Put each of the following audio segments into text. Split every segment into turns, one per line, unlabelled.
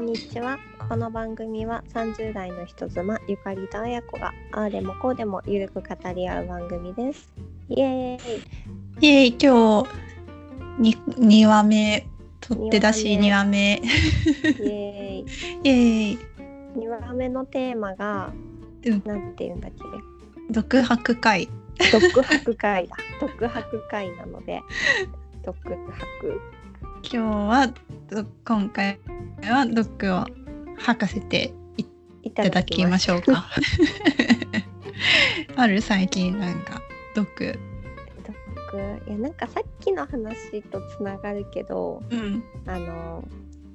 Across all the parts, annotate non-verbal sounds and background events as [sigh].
にちはこの番組は30代の人妻ゆかりとあやこがああでもこうでもゆるく語り合う番組ですイエーイ
イエイ今日 2, 2話目取って出し
二
2話目
イエーイ
[laughs] イエイ
2話目のテーマが、
うん
なんて言うんだっ
独白会
け独白会だ [laughs] 独白会なので独白
今日はど今回はドックを吐かせてい
いた
ただ
だ
き
き
ま
ま
しょうか [laughs] ある最近なんかドック
独いやなんかさっきの話とつながるけど
うん
あの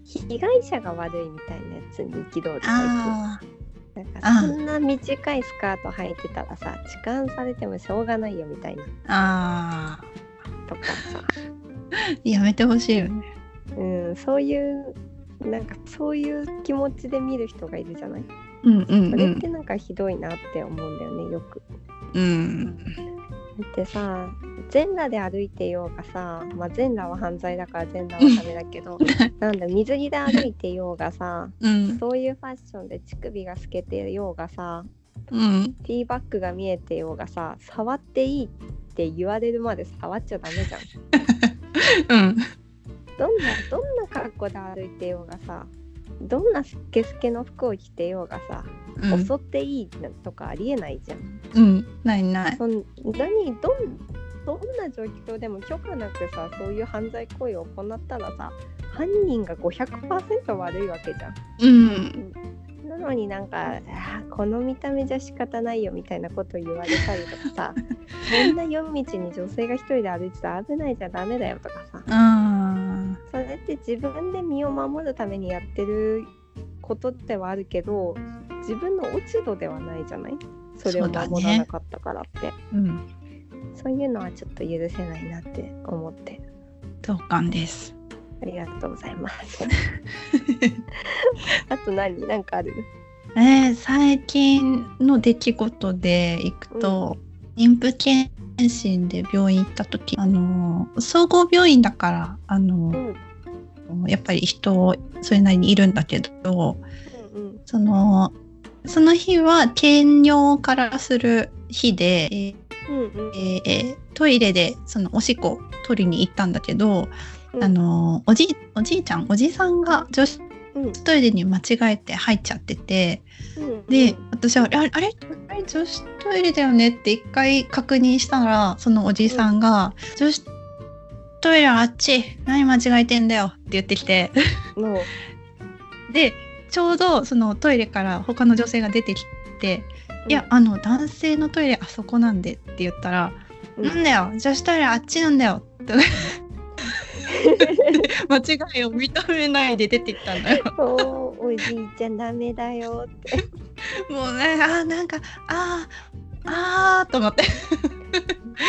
被害者が悪いみたいなやつに憤るタイプ
あ
なん
あ
かそんな短いスカート履いてたらさ痴漢されてもしょうがないよみたいな
ーあ
とかさ、
ーやめてほしいよね
うん、そういうなんかそういう気持ちで見る人がいるじゃない
うんうん
そうれっ
ん
てなんかひどいなって思うんだよねよく。
うん
だってさ全裸で歩いてようがさ、まあ、全裸は犯罪だから全裸はダメだけど
[laughs]
なんだ水着で歩いてようがさ
うん
そういうファッションで乳首が透けてようがさ
うん
ティーバッグが見えてようがさ触っていいって言われるまで触っちゃダメじゃん。
う
どん
ん
などんな格好で歩いてようがさどんなスケスケの服を着てようがさ、
うん
襲っていいなんとかありえないじゃん。
うんないない
そん何どんどんな状況でも許可なくさそういう犯罪行為を行ったらさ犯人が500%悪いわけじゃん。
うん
なのになんかあーこの見た目じゃ仕方ないよみたいなこと言われたりとか
[laughs]
さこんな夜道に女性が一人で歩いてたら危ないじゃダメだよとかさ
あ
それって自分で身を守るためにやってることではあるけど自分の落ち度ではないじゃないそれを守らなかったからってそう,、
ーうん
いうのはちょっと許せないなって思って
同感です [laughs]
ありがとうございますあと何なんかある
えー最近の出来事でいくと、妊婦検診で病院行った時あのー総合病院だからあ
うん
の
うん
ーやっぱり人それなりにいるんだけど
うん
そのその日は検尿からする日で、えー
うんうん
えートイレでそのおしっこを取りに行ったんだけど、
うん
あのーおじいおじいちゃんおじさんが女子
うん
トイレに間違えて入っちゃってて。
うん
で私はあれあれあれ女子トイレだよねって一回確認したらそのおじさんが「女子トイレはあっち何間違えてんだよ」って言ってきて
もう
でちょうどそのトイレから他の女性が出てきて「いやあの男性のトイレあそこなんで」って言ったら「
うん
なんだよ女子トイレあっちなんだよ」
[laughs]
って [laughs] 間違いを認めないで出てきたんだよ。
おーおじいちゃんダメだよって
もうねあーなんかあーあーと思って。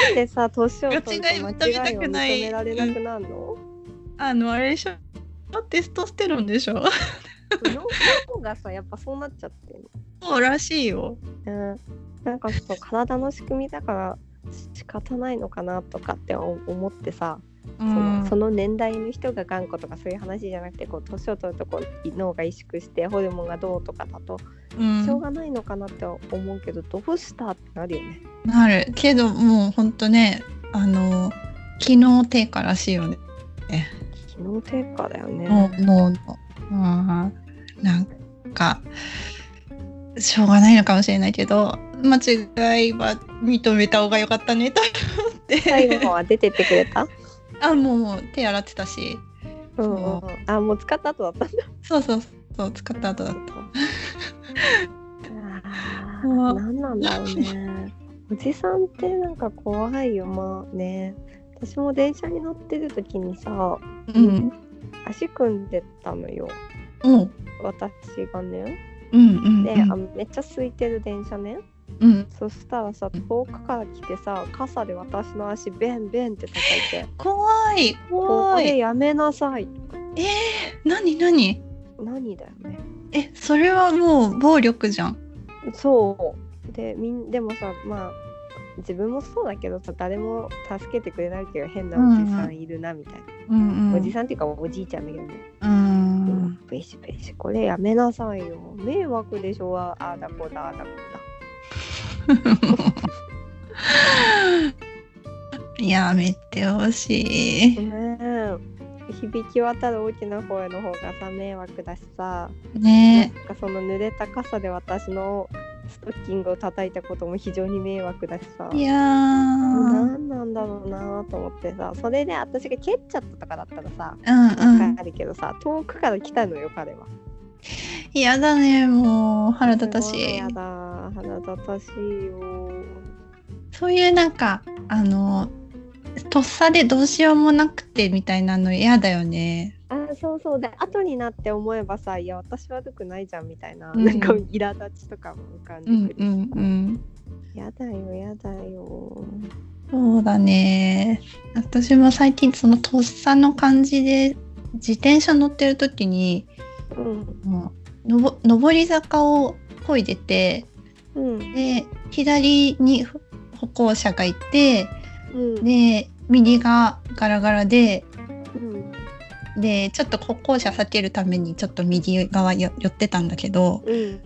なんで
[laughs]
さ年を取ると間
間
違
違
い
い
を
を
認め
認め
ら
たくない
れなくなるの
あのあれでしょテストステロンでしょ
脳脳がさやっぱそうなっちゃってる、
そうらしいよ。
うん、なんかそう体の仕組みだから仕方ないのかなとかって思思ってさ、
う
そ
ん
のその年代の人が頑固とかそういう話じゃなくてこう年を取るとこう脳が萎縮してホルモンがどうとかだと
うん
しょうがないのかなって思うけど、どうしたってなるよね。
なるけどもうほんとねあの機能低下らしいよね。
機能低下だよね。
脳脳の。うん、なんかしょうがないのかもしれないけど間違いは認めた方が良かったねと思って。
最後の方は出てってくれた
[laughs] あもうもう手洗ってたし
うんうんうん、あもう使った後だったんだ
そうそうそう使った後だった。
あ
う
ー
わ
何なんだろうね。おじさんってなんか怖いよ、まあね。私も電車に乗ってる時にさ、
うん。
足組んでたのよ、
うん
私がね。
うんうん
で、あめっちゃ空いてる電車ね。
うん。
そしたらさ、遠くから来てさ、傘で私の足、ベンベンって叩いて、
怖い
ここ
怖い。
でやめなさい。
えー、何何
何だよね。
えそれはもう暴力じゃん。
そうでみんでもさまあ自分もそうだけどさ誰も助けてくれないけど変なおじさんいるなみたいな、
うんうん、
おじさんっていうかおじいちゃんだけどね
うん [laughs]
ペシペシこれやめなさいよ迷惑でしょああだこだあだこ
やめてほし
だ
い。
ねえ響き渡る大きな声の方がさ迷惑だしさ、
ね
なんかその濡れた傘で私のストッキングを叩いたことも非常に迷惑だしさ
いや
な
ー。
んなんだろうなと思ってさそれで私が蹴っちゃったとかだったらさ
うんう
わ
ん。
かるけどさ、遠くから来たのよ彼は
嫌だね、もう腹立たし
すご
い
や。だ腹立たしいよ
そういうなんか、あの、とっさでどうしようもなくてみたいなの嫌だよね。
あそうそうで後になって思えばさいや私悪くないじゃんみたいな、
うん
なんか苛立ちとかも浮かんで
うん
くるし
う
さ、
んうん。
やだよやだよ
そうだね。私も最近そのとっさの感じで自転車乗ってる時に
うん
もうのぼ上り坂を漕いでて
うん
で左に歩歩行者がいて
うん
で右がガラガラで
うん
でちょっと歩行者避けるためにちょっと右側よ寄ってたんだけど
うん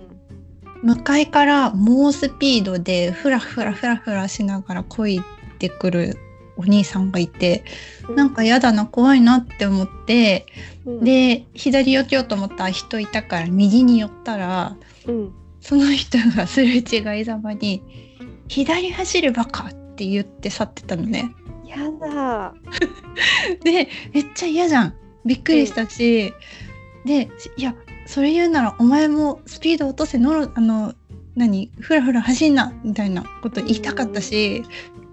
向かいから猛スピードでふらふらふらふらしながら漕いでくるお兄さんがいて。なんかやだな怖いなって思って
うん、
で左寄ってようと思ったら人いたから右に寄ったら
うん、
その人がすれ違いざまに「左走るバカ!」って言って去ってたのね。
やだ
でめっちゃ嫌じゃんびっくりしたし、でいやそれ言うならお前もスピード落とせのろあの何ふらふら走んなみたいなこと言いたかったし、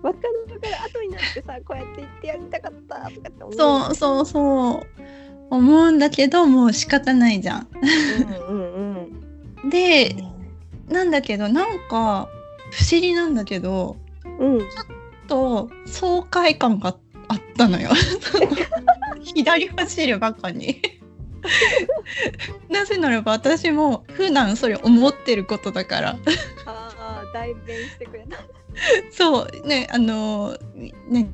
わかるわかる後になってさこうやって言ってやりたかったとかって思う
そうそうそう思うんだけどもう仕方ないじゃん。
うんうんうん
でなんだけどなんか不思議なんだけど
うん
と爽快感があったのよ左走るばかになぜならば私も普段それ思ってることだから
ああ代弁してくれた
そうねあのね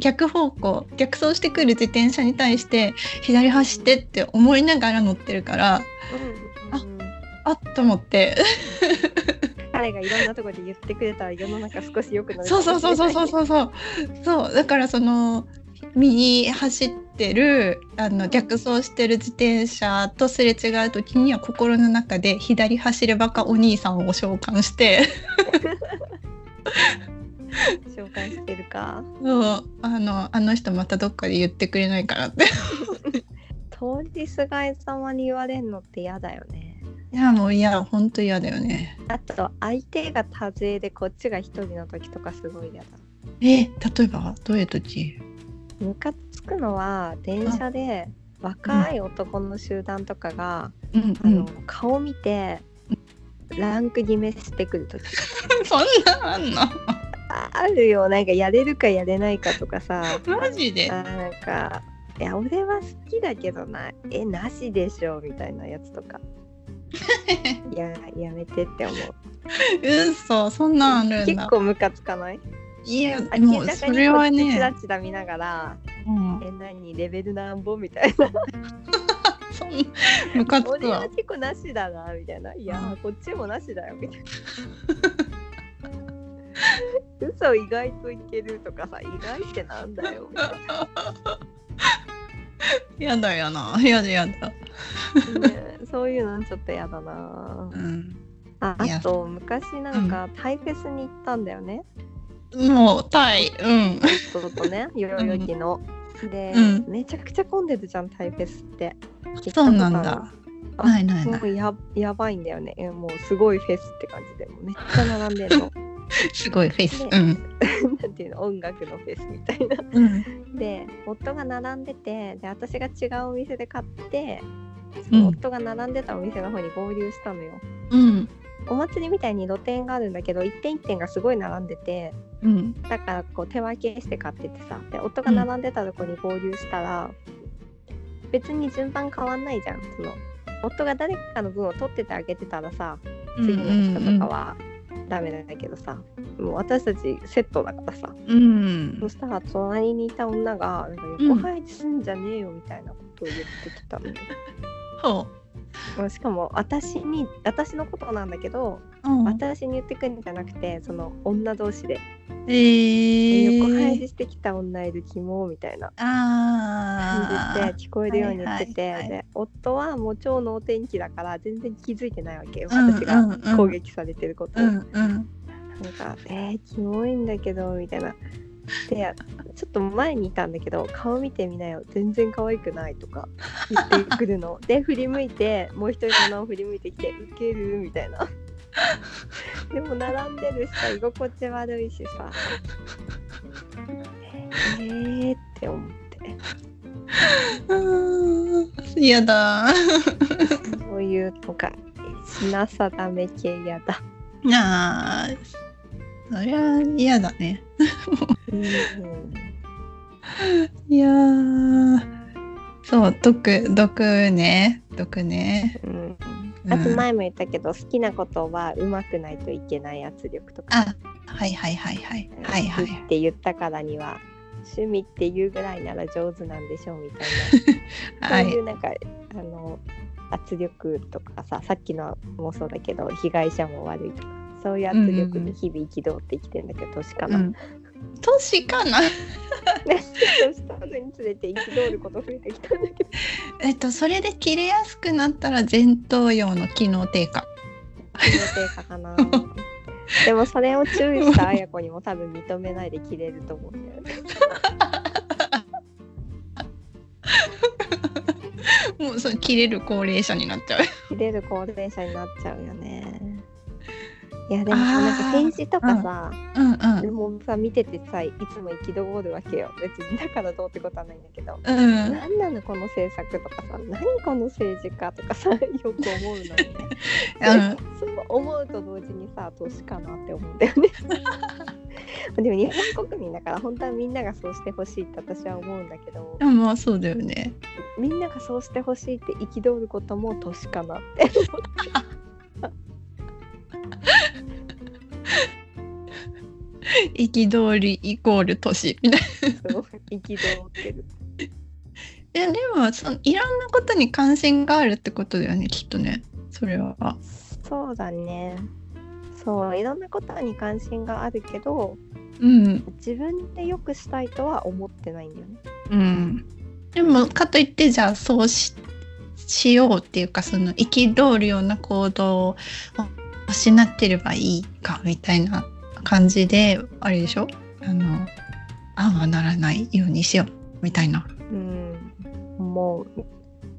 逆方向逆走してくる自転車に対して左走ってって思いながら乗ってるから
うん
あ
うん
あっと思って
彼がいろんなところで言ってくれたら世の中少し良くなる
そうそうそうそうそう
う
そうそうそうだからその右走ってるあの逆走してる自転車とすれ違う時には心の中で左走るバカお兄さんを召喚して
紹介してるか
そうあのあの人またどっかで言ってくれないからって
通りすがり様に言われるのって嫌だよね
いやもういや本当嫌だよね
あと相手が多勢でこっちが一人の時とかすごい嫌だ
え例えばどういう時
ムカつくのは電車で若い男の集団とかが、
うん
あ
う
の
ん
顔見てランク決めしてくる時
そんなんあんの
ああるよなんかやれるかやれないかとかさ
マジで
あーなんか「いや俺は好きだけどなえなしでしょ」みたいなやつとか「いややめて」って思う
[laughs] 嘘そんなんあるん
結
だ
構ムカつかない
いや
あ
もうそれ
明ら
は
か
ね
にこっちチラチラ見ながら
うん
「え何レベルなんぼ?」みたいな
そんな [laughs] ム
「
カつ
俺
くわ
は。結構なしだな」みたいな「いやーこっちもなしだよ」みた
[laughs]
いな「嘘意外といける」とかさ「意外ってなんだよ」みたいな。
やだやな。やだやだ。
ねそういうのちょっとやだなぁ
うん。
あ
いや
あと昔なんかタイフェスに行ったんだよね
もうタイ。 [laughs] うん。
夫とね代々木の。で、
うん
めちゃくちゃ混んでるじゃんタイフェスって。
そうなんだ。
あ
ないない
も。
ないう
ややばいんだよねえもうすごいフェスって感じでもうめっちゃ並んでる
[laughs]
の
すごいフェイス。
ね
うん。
なんていうの音楽のフェスみたいな
うん。
で夫が並んでてで私が違うお店で買ってそうの
ん
夫が並んでたお店の方に合流したのよ、
うん。
お祭りみたいに露店があるんだけど一点一点がすごい並んでて
うん。
だからこう手分けして買っててさで夫が並んでたとこに合流したら、別に順番変わんないじゃんその夫が誰かの分を取っててあげてたらさ次の人とかはダメなんだけどさ、もう私たちセットだからさ、
うん。うん
そしたら
[laughs]
隣にいた女が「なんか横入りすんじゃねえよ」みたいなことを言ってきたのよ、
そ
もうしかも私に私のことなんだけど、
う、うん、
私に言ってくんじゃなくてその女同士で
え
「横入
ー
り、してきた女いるキモ」みたいな
あ
感
ー
じで聞こえるように言ってて、
はいはいはい
で夫はもう超能天気だから全然気づいてないわけよ私が
うんうんうん
攻撃されてることを。
うんうん
なんか「えー、キモいんだけど」みたいな。でちょっと前にいたんだけど「顔見てみなよ全然可愛くない」とか言ってくる
[laughs]
ので振り向いてもう一人の名を振り向いてきて「ウケる」みたいな。でも並んでるしさ居心地悪いしさ。えーって思って
うーん [laughs] 嫌だ
そういうのが品定め系やだ。
なあそりゃ嫌だね
うん
いやーそう毒毒ね毒ね
うん
うん
あと前も言ったけど、好きなことはうまくないといけない圧力とか
あはいはいはいはいはいは
好きっ
い
て言ったからには趣味っていうぐらいなら上手なんでしょうみたいな、
は
そう
い
いうなんかあの圧力とかささっきのもそうだけど被害者も悪いとかそういう圧力に日々憤って生きてんだ [laughs] けど年か
う
な、
ん年かな [laughs]
年取るにつれて憤ること増えてきたんだけど
えっとそれで切れやすくなったら前頭葉の機能低下 [laughs]
気のせいかかなでもそれを注意した綾子にも多分認めないで切れると思うんだよね
もうそう切れる高齢者になっちゃう
切れる高齢者になっちゃうよね。いやでも
あー
さなんか政治とかさ、
うんうん
もうさ見ててさいつも憤るわけよ別にだからどうってことはないんだけど、
うん
なん、何なのこの政策とかさ何この政治家とかさよく思うの
[laughs]
よね。
うん
そう思うと同時にさ年かなって思うんだ
[laughs]
よね。でも日本国民だから本当はみんながそうしてほしいって私は思うんだけど
あまあそうだよね
みんながそうしてほしいって憤ることも年かなって [laughs]
憤りイコール年みたいな
すごく憤ってる。
いやでもそのいろんなことに関心があるってことだよねきっとねそれは
そうだね。そういろんなことに関心があるけど
うん
自分で良くしたいとは思ってないんだよね。
うんでもかといってじゃあそうししようっていうかその憤るような行動をしなければいいかみたいな感じであれでしょあのああはならないようにしようみたいな。
うん、もう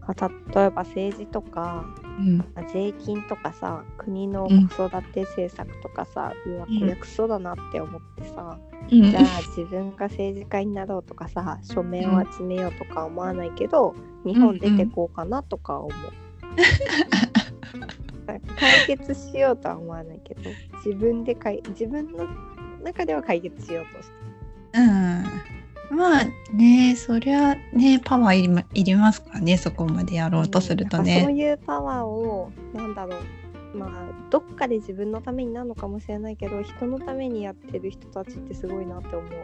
あ例えば政治とか
うん、
税金とかさ国の子育て政策とかさ、うわこれクソだなって思ってさ、
うん
じゃあ自分が政治家になろうとかさ署名を集めようとか思わないけど、日本出てこうかなとか
[laughs]
思う。なんか解決しようとは思わないけど自分でかい自分の中では解決しようとして
うんまあねそりゃねパワーいり,、ま、いりますからねそこまでやろうとすると
そう
ね。
いうパワーをなんだろうまあどっかで自分のためになるのかもしれないけど人のためにやってる人たちってすごいなって思う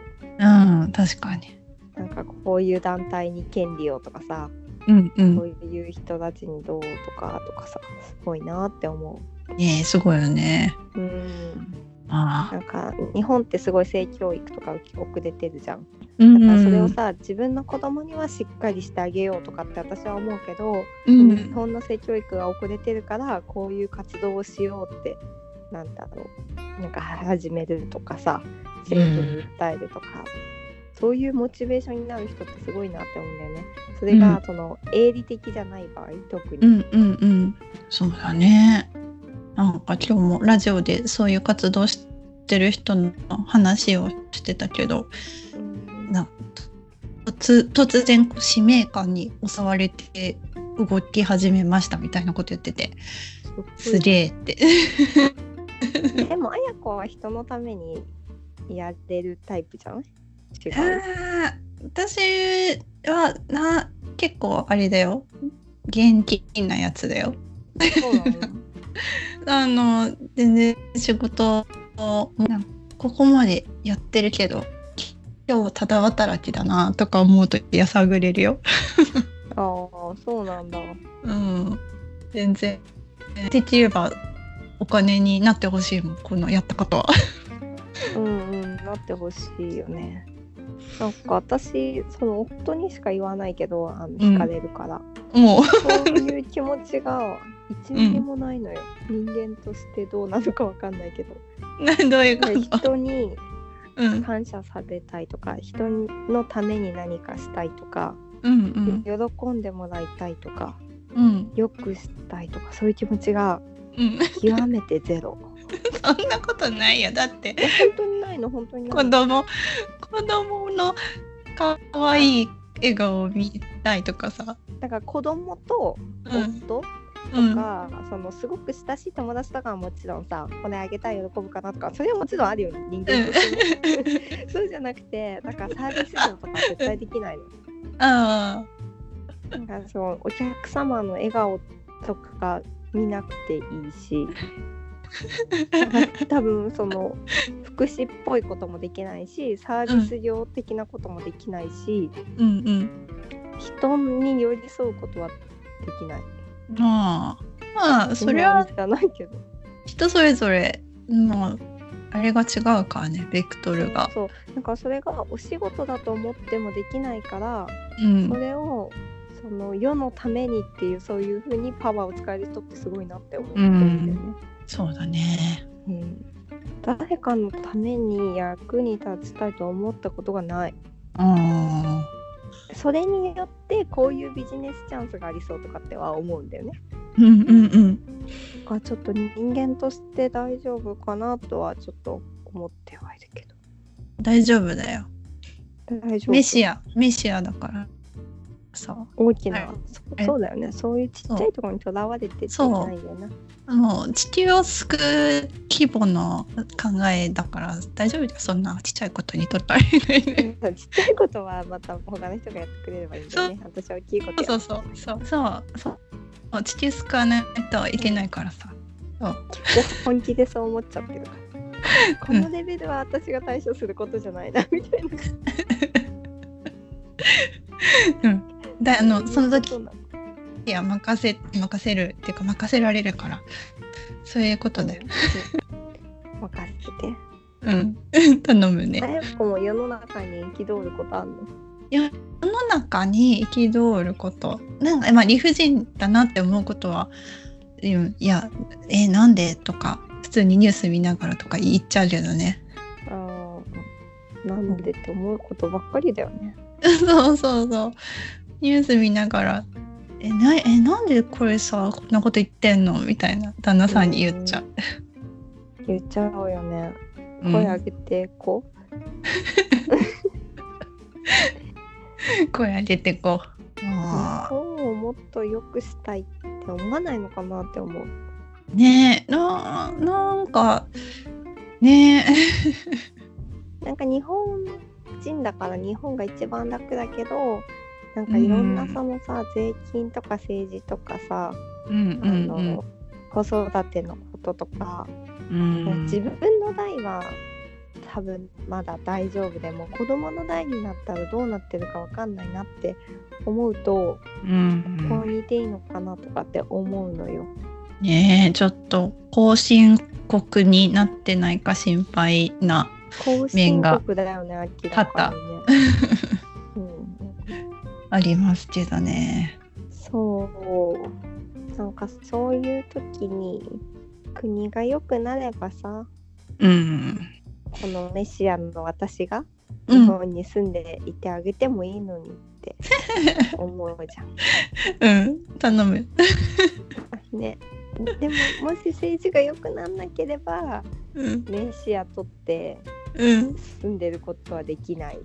うん確かに。
なんかこういう団体に権利をとかさ
うんう。
こうんいう人たちにどうとかとかさすごいなって思
ねすごいよね。
ううん
あ
な
あ。
んか日本ってすごい性教育とか遅れてるじゃん
うん
だか
う
ら
ん
それをさ、自分の子供にはしっかりしてあげようとかって私は思うけど、
うん
日本の性教育が遅れてるからこういう活動をしようってなんだろうなんか始めるとかさ政府に訴えるとか、そういうモチベーションになる人ってすごいなって思うんだよね。それ
う
がその、営利的じゃない場合特に、
うんうんうん。そうだね。なんか今日もラジオでそういう活動してる人の話をしてたけど、
うん
な突突然こう使命感に襲われて動き始めましたみたいなこと言ってて、すげえって。
でも綾子は人のためにやれるタイプじゃない違
[laughs]
う
あー私はな結構あれだよ元気なやつだよ
そうなの
あの全然仕事をなんかここまでやってるけど今日ただ働きだなとか思うとやさぐれるよ
ああそうなんだ
うん、全然。できればお金になってほしいもん、このやったことは。
うんうんなってほしいよねなんか私その夫にしか言わないけどあの惹かれるから、
もう、
そういう気持ちが1ミリもないのよ、人間としてどうなのかわかんないけど
なんどういうこ
で
と。
人に
うん、
感謝されたいとか人のために何かしたいとか、
うん、うん、
喜んでもらいたいとか
うん、
よくしたいとかそういう気持ちが
うん、
極めてゼロ
そんなことないよ、だって。
いや本当にないの本当にな
子
い
供子供の可愛い笑顔を見たいとかさ、
だから子供と
うん
夫
うん、
が、そのすごく親しい友達とかはもちろんさこれあげたい喜ぶかなとかそれはもちろんあるよね人間としてね [laughs] そうじゃなくてなんかサービス業とか絶対できないの
あ
なんかそのお客様の笑顔とかが見なくていい
[laughs]
しなんか多分その福祉っぽいこともできないしサービス業的なこともできないし、
ーうんうん
人に寄り添うことはできない。
まあまあそれは
今じゃないけど
人それぞれまああれが違うからねベクトルが
そうなんかそれがお仕事だと思ってもできないから、
うん
それをその世のためにっていうそういう風にパワーを使える人ってすごいなって思ってるんだよね。
そうだね
うん誰かのために役に立ちたいと思ったことがない
あ
それによってこういうビジネスチャンスがありそうとかっては思うんだよね
ーうんうんうん
あちょっと人間として大丈夫かなとはちょっと思ってはいるけど
大丈夫だよ
大丈夫
メシアメシアだからさ
大きな、
はい
そ
え
そうだよねそういうちっちゃいところにとらわれてって
そう
ないよ
[laughs]
な
もう地球を救う規模の考えだから大丈夫だよそんなちっちゃいことにとったりないで
うんちっちゃいことはまた他の人がやってくれればいいんだよね私は大きいことや
そうそうそうそうそうそう地球救わないといけないからさ
結構本気でそう思っちゃってるからこのレベルは私が対処することじゃないなみたいな
だあのその
そ
時
うな
いや任せ任せるっていうか任せられるからそういうことだよ
うん任せて
うん [laughs] 頼むね
早くも世の中に憤ることあんの
世の中に憤ることなんか、まあ、理不尽だなって思うことは「うんいやえなんで?」とか普通にニュース見ながらとか言っちゃうけどね [laughs]
あーなんでって思うことばっかりだよね
そうそうそうニュース見ながら「えなえなんでこれさこんなこと言ってんの?」みたいな旦那さんに言っちゃう。
言っちゃうよね
うん
声上げてこ
声上げてこ
う、
う。あ
そうをもっと良くしたいって思わないのかなって思う
ーねえななんかね
なんか日本人だから日本が一番楽だけどなんかいろんな
うん
そのさ、税金とか政治とかさ、
え。 [laughs] うんう
あ
んうん
の子育てのこととか、
うん。
自分の代は多分まだ大丈夫でも子供の代になったらどうなってるかわかんないなって思うと、
うん
こう言っていいのかなとかって思うのよ。
ねえちょっと後進国になってないか心配な。
後進国だよね明らかにね。うん
ありますけどね。
そうなんかそういう時に国が良くなればさ
うん。
このメシアの私が
う
日
ん。うん。
本に住んでいてあげてもいいのにって思うじゃん。
頼む。
ね、でももし政治が良くなんなければ
うん。
メシアとって
うん。
住んでることはできない。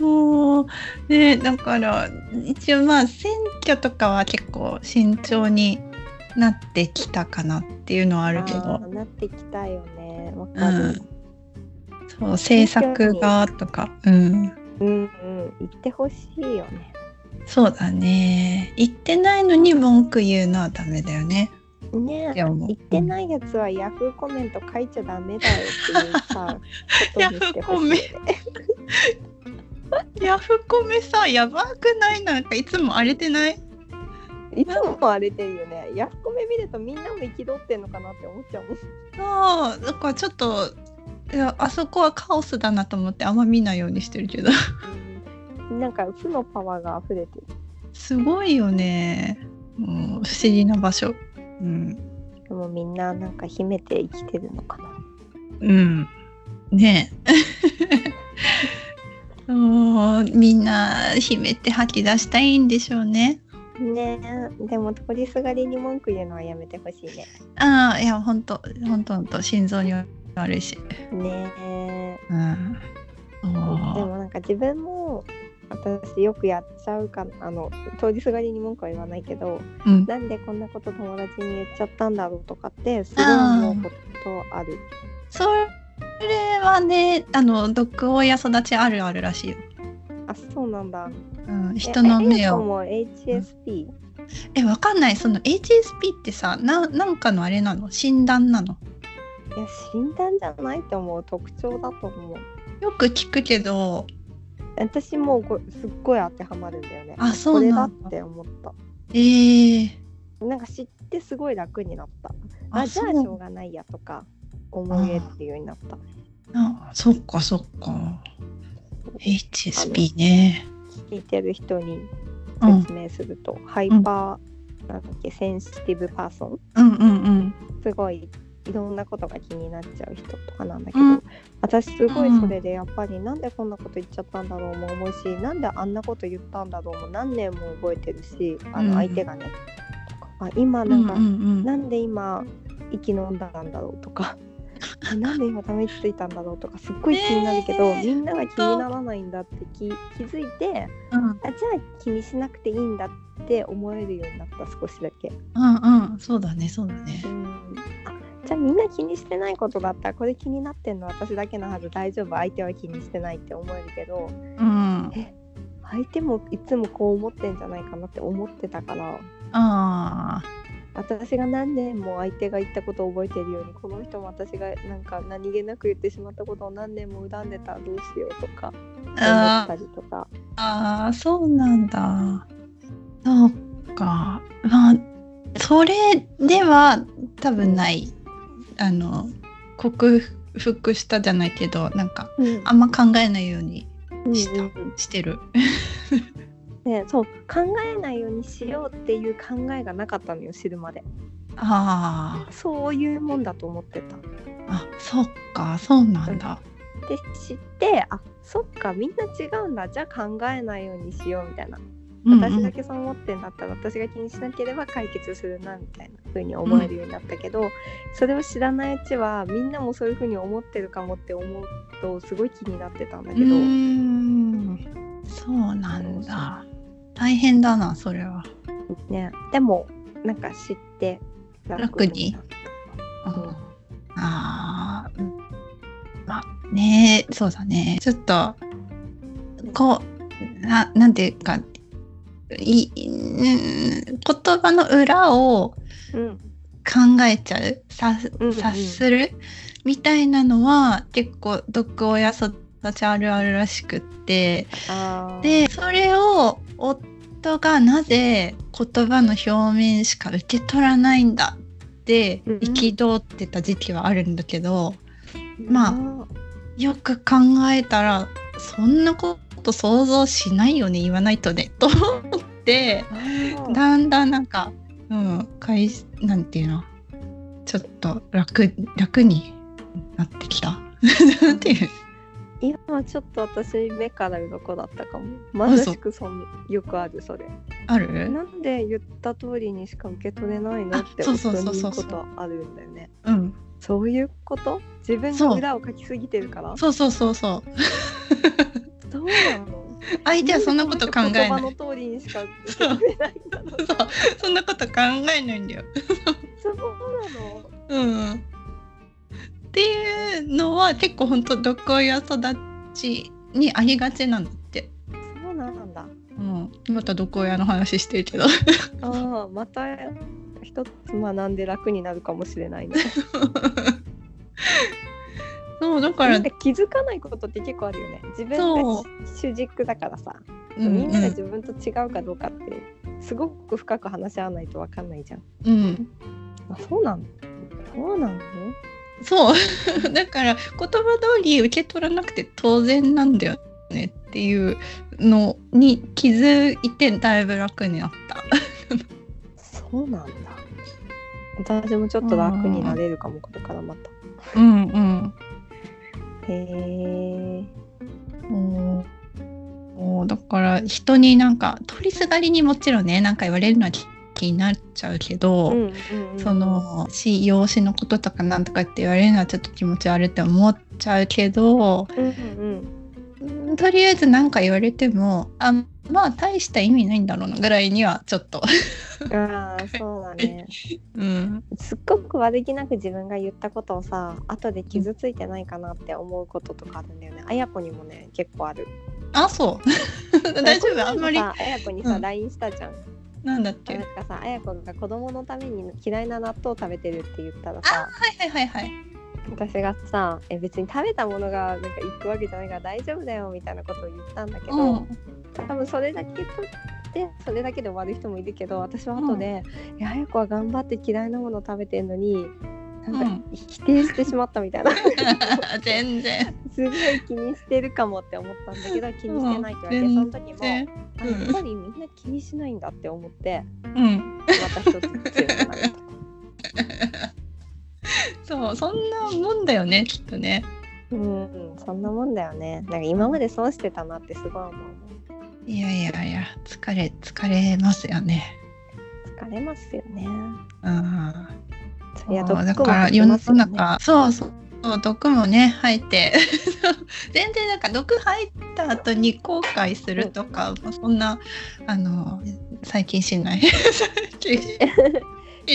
もう、ねえだから、一応まあ、選挙とかは結構慎重になってきたかなっていうのはあ
あ
るけど、
ーなってきたよね。わ
う
か
ん
る。。
そう、政策がとか、うん。
うん、うん、言ってほしいよね。
そうだね。言ってないのに文句言うのはダメだよね。
ね
って思う
言ってないやつはヤフーコメント書いちゃ
[laughs]
ダメだよっていうさことにしてほしいよね
ヤフコメ [laughs] さやばくないなんかいつも荒れてない
いつも荒れてるよね。ヤフコメ見るとみんなも憤ってんのかなって思っちゃうもん。
そうなんかちょっといやあそこはカオスだなと思ってあんま見ないようにしてるけど [laughs]
なんか負のパワーが溢れてる。
すごいよね、うん、不思議な場所うん、
でもみんななんか秘めて生きてるのかな。
うん、ね [laughs] えそうみんな秘めて吐き出したいんでしょうね
ねえ、でも通りすがりに文句言うのはやめてほしいね。
ああいやほんとほんとほんと心臓に悪いし
ねえ。
うん
で
そ
もなんか自分も私よくやっちゃうかあの通りすがりに文句は言わないけど
う、うん、
なんでこんなこと友達に言っちゃったんだろうとかってすごい思うことある。
それはねあの毒親育ちあるあるらしいよ、
あそうなんだ。
うん、人の目
ええゆうこ
を
も HSP、
えわかんないその HSP ってさななんかのあれなの診断なの
いや診断じゃないと思う特徴だと思う
よく聞くけど
私もうこれすっごい当てはまるんだよね
あそうなんだ
これだって思っ
えー、
たなんか知ってすごい楽になったあ
あ
じゃ
そ
あ
う
しょうがないやとか思えるようになった
あそっかそっか HSP ね
聞いてる人に
うん
説明すると、ハイパーなんだっけセンシティブパーソン
うんうん
すごいいろんなことが気になっちゃう人とかなんだけど、
うん
私すごいそれでやっぱりなんでこんなこと言っちゃったんだろうも思うしなんであんなこと言ったんだろうも何年も覚えてるしあ
うん
の相手がね、とかあ今
う
なんん
う
か、
んうん
なんで今息飲んだんだろうとか [laughs] えなんで今ため息ついたんだろうとかすっごい気になるけど、
ねえ
みんなが気にならないんだって気気づいて
うん
あじゃあ気にしなくていいんだって思えるようになった少しだけ。
うんうんそうだねそうだね
うんあじゃあみんな気にしてないことだったらこれ気になってんの私だけのはず大丈夫相手は気にしてないって思えるけど
うん
相手もいつもこう思ってんじゃないかなって思ってたから
あ
私が何年も相手が言ったことを覚えてるようにこの人も私がなんか何気なく言ってしまったことを何年も恨んでたらどうしようとか
ー
思っ
あ
たりとか
あーそうなんだそうかまあそれでは多分ないあの克服したじゃないけどなんか
うん
あんま考えないように
うん
した
うんうん
してる
ねそう考えないようにしようっていう考えがなかったのよ知るまで
あー
そういうもんだと思ってた。
あそうかそうなんだ
って知ってあそっかみんな違うんだじゃあ考えないようにしようみたいな、
うんうん
私だけそう思ってんだったら私が気にしなければ解決するなみたいな風に思えるようになったけど、それを知らないうちはみんなもそういう風に思ってるかもって思うとすごい気になってたんだ
う
けど、
ーんそうなんだ大変だなそれは
ね、でもなんか知ってなった
うんあーうんまあねそうだねちょっとこうななんていうかいいうん言葉の裏を
うん
考えちゃう察
うんうん
察するみたいなのは結構毒親育ちあるあるらしくって
あー
でそれを夫がなぜ言葉の表面しか受け取らないんだって
うんうん
憤ってた時期はあるんだけど、まあ
ま
よく考えたらそんなこと想像しないよね言わないとねと思って
あー
だんだんなんか、うん、かいなんていうのちょっと楽楽になってきた。 [laughs] なんていう
今ちょっと私目から鱗だったかもまさしくそんよくあるそれ
ある
なんで言った通りにしか受け取れないの
あ
って
そ
思
う
う
そうそうそ
こ
う
とあるんだよね。
うん
そういうこと自分
そ
が
う
裏を書きすぎてるから
そうそうそうそう
そうなの
相手はそんなこと考えない
んでこの人言葉の通りにしか受け取れないんだろう
そうそんなこと考えないんだよ。
そうなの
うん、っていうのは結構本当毒親育ちにありがちなんだって。
そうなんだ
うん、また毒親の話してるけど
ああまた一つ学んで楽になるかもしれないね
そうだか
な
ら
んか [laughs] 気づかないことって結構あるよね自分が
そ
主軸だからさ、
うんうん
みんなが自分と違うかどうかってすごく深く話し合わないと分かんないじゃん
うん
あそうなのそうなの
そう [laughs] だから言葉通り受け取らなくて当然なんだよねっていうのに気づいてだいぶ楽になった。
そうなんだ私もちょっと楽になれるかもこれからまた
うんうん
へえ
おーおーだから人になんか通りすがりにもちろんねなんか言われるのは気気になっちゃうけど、
うんうん
そのし養子のこととかなんとかって言われるのはちょっと気持ち悪いって思っちゃうけど
うんうん
うんとりあえず何か言われてもあまあ大した意味ないんだろうなぐらいにはちょっと。
うんああそうだね
うん、
すっごく悪気なく自分が言ったことをさ後で傷ついてないかなって思うこととかあるんだよねあやこにもね結構ある
[laughs] あそう
[laughs]
大丈夫あんまり
この前もさあやこに
う
さ
ん
LINE したじゃん、
なんだっけ
なん
は
かさあやこが子供のために嫌いな納豆を食べてるって言ったらさ
いはいはいはい。
私がさえ別に食べたものがなんか行くわけじゃないから大丈夫だよみたいなことを言ったんだけど、
うん
多分それだけ取ってそれだけで終わる人もいるけど私は後で「いやあやこは頑張って嫌いなものを食べてんのにな
うんん
か否定してしまった」みたいな
[laughs] 全然。
すごい気にしてるかもって思ったんだけど気にしてないって言われてその時もあや
全
っ
然
ぱりみんな気にしないんだって思って
うん。
また一つ強くなった。
そうそんなもんだよねきっとね。
うん、そんなもんだよね。なんか今まで損してたなってすごい思う。
いやいやいや疲れ疲れますよね。
疲れますよね。
うん。
そりゃ
そうだ
毒も
から
入って
世の
ますよね
中そうそうそう毒もね入って [laughs] 全然なんか毒入った後に後悔するとか、まあそんなあの最近
[laughs]
しない最近し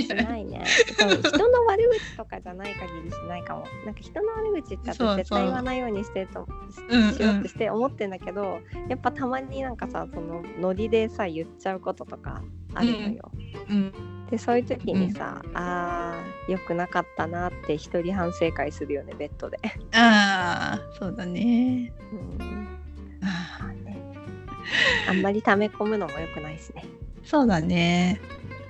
し
ない
ない
[laughs]
ね。そう人の悪口とかじゃない限りしないかも。なんか人の悪口って私
そうそう
絶対言わないようにしてると
うんうん
ししようってして思ってんだけど、やっぱたまになんかさそのノリでさ言っちゃうこととかあるのよ。
うん
でそういう時にさ、ああ良くなかったなって一人反省会するよねベッドで。
ああそうだね
うん、
あー
あんまり溜め込むのも良くないしね。
そうだね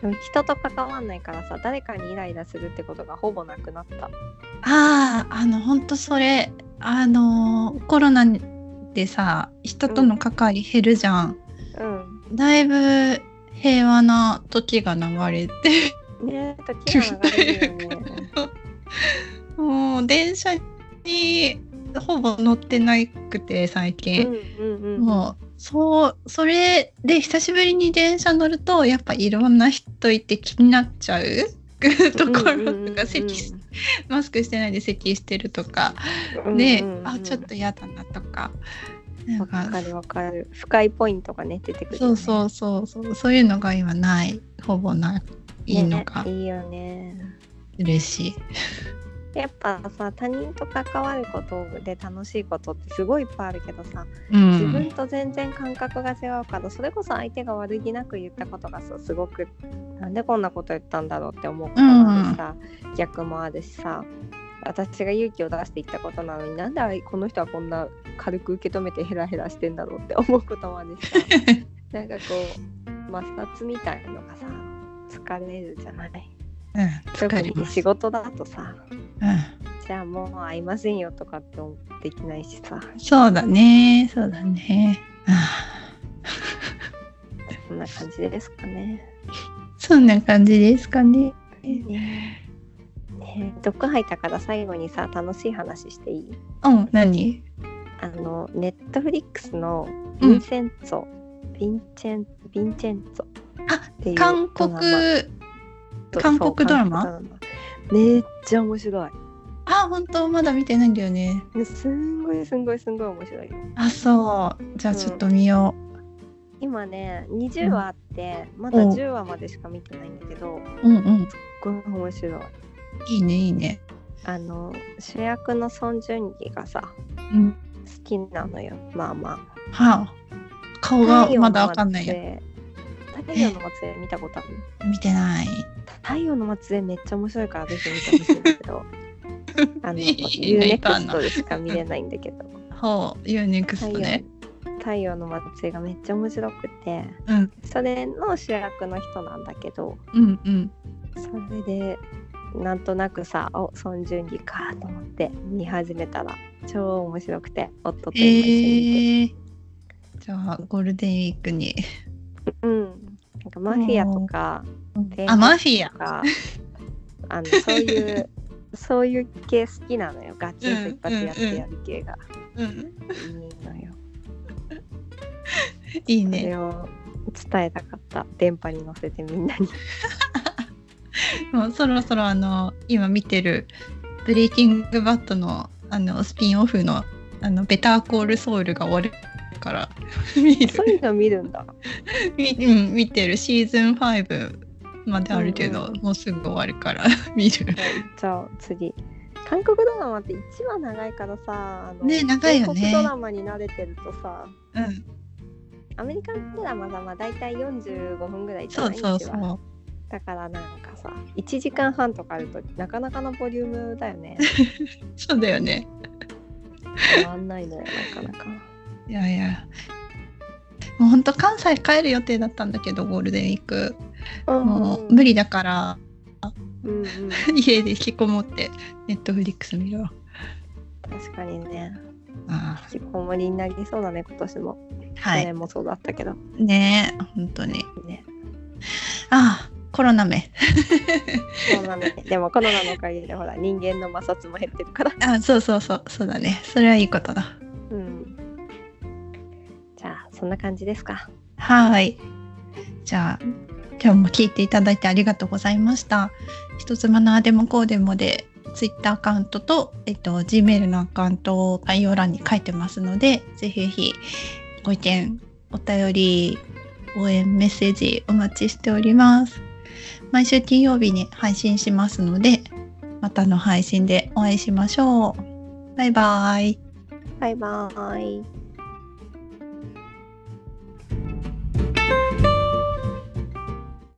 でも人と関わんないからさ誰かにイライラするってことがほぼなくなった。
あああの本当それあのコロナでさ人との関わり減るじゃん、
うん。
だいぶ平和な時が流れて
ねえ時が流れるよね。
もう電車にほぼ乗ってなくて最
[laughs]
近、
うんうんうん、
もうそうそれで久しぶりに電車乗るとやっぱいろんな人いて気になっちゃう [laughs] とこ
うんうんうんう
ろと
ん
か咳しマスクしてないで咳してるとか
うんうん
で、
うん
あちょっと嫌だなとかな
わ
んか
かるわかる深いポイントがね出てくるよ
そ
ね、
うそうそうそうそういうのが今ないほぼないいいのが
ねいいよね
嬉しい。
やっぱさ他人と関わることで楽しいことってすごいいっぱいあるけどさ、
う
自分
ん、
と全然感覚が違うからそれこそ相手が悪気なく言ったことがさすごくなんでこんなこと言ったんだろうって思うこともあるしさ、逆もあるしさ私が勇気を出して言ったことなのになんであいこの人はこんな軽く受け止めてヘラヘラしてんだろうって思うこともあるし
[laughs]
さなんかこう摩擦みたいのがさ疲れるじゃない
[laughs] うん、
特
疲れ
に
ます
仕。事だとさ
うん
じゃあもう会いませんよとかってできないしさ
そうだね、そうだね。あ
そんな感じですかね。
あそんな感じですかね。
ね毒吐いたから最後にさ楽しい話していい
うん、何？
あのネットフリックスの「
う
ヴィ
ん
ンセンツォ」ヴィンチェンヴィンチェンツォ
あ、
っていう
韓
ド
国
ラマそう
韓国ドラマ
韓国ドラマめっちゃ面白い
あ、本当まだ見てないんだよね。
すんごいすんごいすんごい面白いよ
あ、そう。じゃあちょっと見よ
今ね20話あって、まだ10話までしか見てないんだけど
う。うんうん。
すっごい面白い
いいねいいね。
あの主役のソン・ジュンギがさ
うん。
好きなのよまあまあ
はあ、顔がまだわかんないや。
太陽の末裔見たことある
見てない。 [laughs]
太陽の末裔めっちゃ面白いからぜひ見てほしいんだけどあの
いいね
UNEXT でしか見れないんだけど
ほう、ユーネクス
太
ト
陽
ね。
太陽の末裔がめっちゃ面白くて
うん、
それの主役の人なんだけど
うん、うん。
それでなんとなくさおソン・ジュンギかと思って見始めたら超面白くて夫と
え
今一緒に見て、
ー、じゃあ、ゴールデンウィークに。
うん、なんかマフィアとか
あ、マフィア
と。かあのそういう
[laughs]
そういう系好きなのよガチンと一発やってやる系が
うん、
いいのよ、
いい
それ
ね。
を伝えたかった電波に乗せてみんな
[laughs]
に
もうそろそろ、あの、今見てる。ブレイキングバットの、あの、スピンオフの、あの、ベターコールソウルが終わるから。 [laughs] 見る
そういうの見るんだ
みうん、見てるシーズン5まであるけど、
うんうん
もうすぐ終わるから見る
じゃあ次韓国ドラマって1話長いからさあの
ね長いよね
韓国ドラマに慣れてるとさ
うん
アメリカンドラマがまあ大体45分ぐらいじゃな
そう
い
そう
一
そ
話
う
だからなんかさ1時間半とかあるとなかなかのボリュームだよ
[laughs]
ね
そうだよね
変わんないのよなかなか
いやいやもうほんと関西帰る予定だったんだけどゴールデンウィークもう無理だから [laughs]
うんうん、
家で引きこもってネットフリックス見ろ
確かにね
あ
引きこもりになりそうだね今年も、
あは
去
い
年もそうだったけど
ねえ本当に
ね
ああコロナめ
そうなのねでもコロナのおかげでほら人間の摩擦も減ってるから
あそうそうそうそうだねそれはいいことだ
うんじゃあそんな感じですか
はい。じゃあ、今日も聞いていただいてありがとうございました。一つマナーでもこうでもで、ツイッターアカウントと、えっと、Gmail のアカウントを概要欄に書いてますので、ぜひぜひご意見、お便り、応援メッセージお待ちしております。毎週金曜日に配信しますので、またの配信でお会いしましょう。バイバイ。
バイバーイ